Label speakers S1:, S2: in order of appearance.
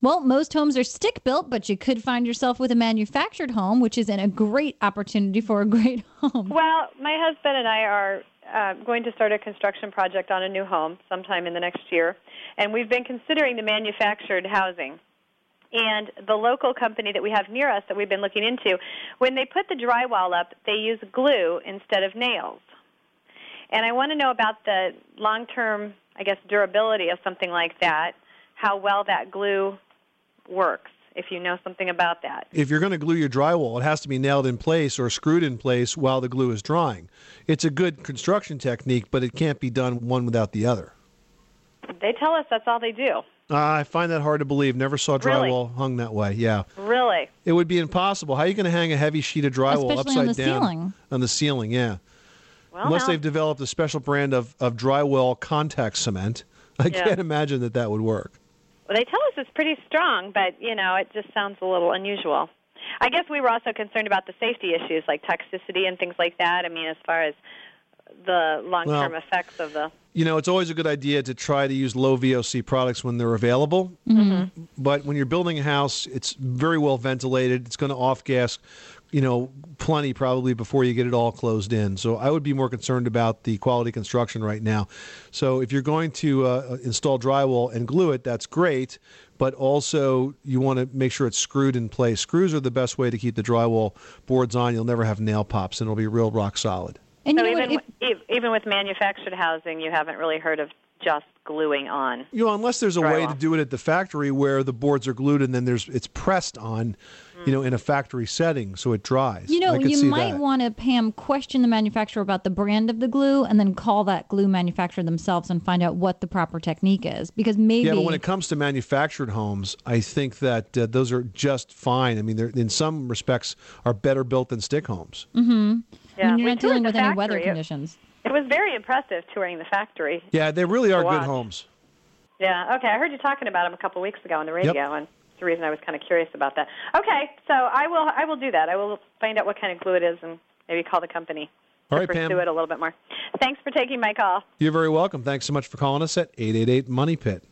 S1: Well, most homes are stick built, but you could find yourself with a manufactured home, which is an, a great opportunity for a great home.
S2: Well, my husband and I are uh, going to start a construction project on a new home sometime in the next year, and we've been considering the manufactured housing. And the local company that we have near us that we've been looking into, when they put the drywall up, they use glue instead of nails. And I want to know about the long term, I guess, durability of something like that, how well that glue works, if you know something about that.
S3: If you're going to glue your drywall, it has to be nailed in place or screwed in place while the glue is drying. It's a good construction technique, but it can't be done one without the other.
S2: They tell us that's all they do.
S3: I find that hard to believe. Never saw
S2: Really?
S3: drywall hung that way. Yeah.
S2: Really?
S3: It would be impossible. How are you going to hang a heavy sheet of drywall
S1: Especially on
S3: upside
S1: the
S3: down
S1: ceiling. Oh,
S3: on the ceiling? Yeah.
S2: Well,
S3: Unless
S2: now-
S3: they've developed a special brand of, of drywall contact cement. I
S2: Yeah.
S3: can't imagine that that would work.
S2: Well, they tell us it's pretty strong, but you know, it just sounds a little unusual. I guess we were also concerned about the safety issues like toxicity and things like that. I mean, as far as the long-term
S3: Well-
S2: effects of the
S3: You know, it's always a good idea to try to use low VOC products when they're available. But when you're building a house, it's very well ventilated. It's going to off gas, you know, plenty probably before you get it all closed in. So I would be more concerned about the quality construction right now. So if you're going to uh, install drywall and glue it, that's great. But also, you want to make sure it's screwed in place. Screws are the best way to keep the drywall boards on. You'll never have nail pops, and it'll be real rock solid.
S1: And
S2: so
S1: you know
S2: even
S1: what? If,
S2: w- e- even with manufactured housing, you haven't really heard of just gluing on.
S3: You know, unless there's a way to
S2: Drywall.
S3: do it at the factory where the boards are glued and then there's it's pressed on, you know, in a factory setting so it dries.
S1: you know,
S3: I could
S1: you
S3: see
S1: might
S3: that.
S1: want to Pam question the manufacturer about the brand of the glue, and then call that glue manufacturer themselves and find out what the proper technique is, because maybe.
S3: Yeah, but when it comes to manufactured homes, I think that uh, those are just fine. I mean, they're in some respects are better built than stick homes.
S1: I
S2: Yeah.
S1: mean, you're
S2: we
S1: not
S2: toured
S1: dealing
S2: the
S1: with any weather
S2: factory. It-
S1: conditions.
S2: It, was very impressive touring the factory.
S3: Yeah, they really are good
S2: Watch.
S3: homes.
S2: Yeah. Okay. I heard you talking about them a couple weeks ago on the radio, and it's the reason I was kind of curious about that. Okay. So I will. I will do that. I will find out what kind of glue it is, and maybe call the company
S3: All
S2: to
S3: right,
S2: pursue
S3: Pam.
S2: it a little bit more. Thanks for taking my call.
S3: You're very welcome. Thanks so much for calling us at 888 Money Pit.